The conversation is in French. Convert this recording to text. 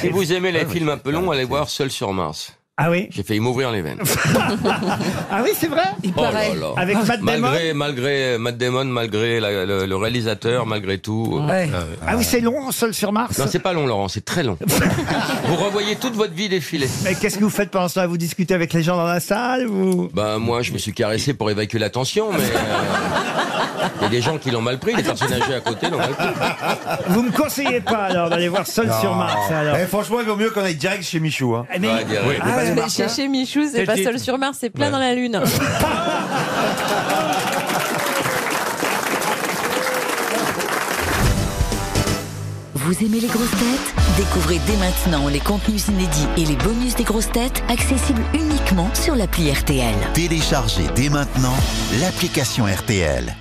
Si vous aimez les films un peu longs, allez voir Seul sur Mars. Ah oui J'ai failli m'ouvrir les veines. Ah oui, c'est vrai Oh là là. Avec Matt Damon Malgré, malgré Matt Damon, malgré la- le, le réalisateur, malgré tout. euh, Ouais. Ah oui, c'est long, Seul sur Mars Non, c'est pas long, Laurent, c'est très long. vous revoyez toute votre vie défiler. Mais qu'est-ce que vous faites pendant ce temps Vous discutez avec les gens dans la salle ou... Ben, moi, je me suis caressé pour évacuer la tension, mais. euh, Il y a des gens qui l'ont mal pris, les personnes âgées à côté l'ont mal pris. Vous me conseillez pas alors d'aller voir Seul sur Mars alors Eh, franchement, il vaut mieux qu'on aille direct chez Michou. Hein. Ah, mais- Ouais, direct. Ah ouais. Mais chez, chez Michou, c'est pas seul sur Mars, c'est plein dans la Lune. Vous aimez les grosses têtes Découvrez dès maintenant les contenus inédits et les bonus des grosses têtes accessibles uniquement sur l'appli RTL. Téléchargez dès maintenant l'application RTL.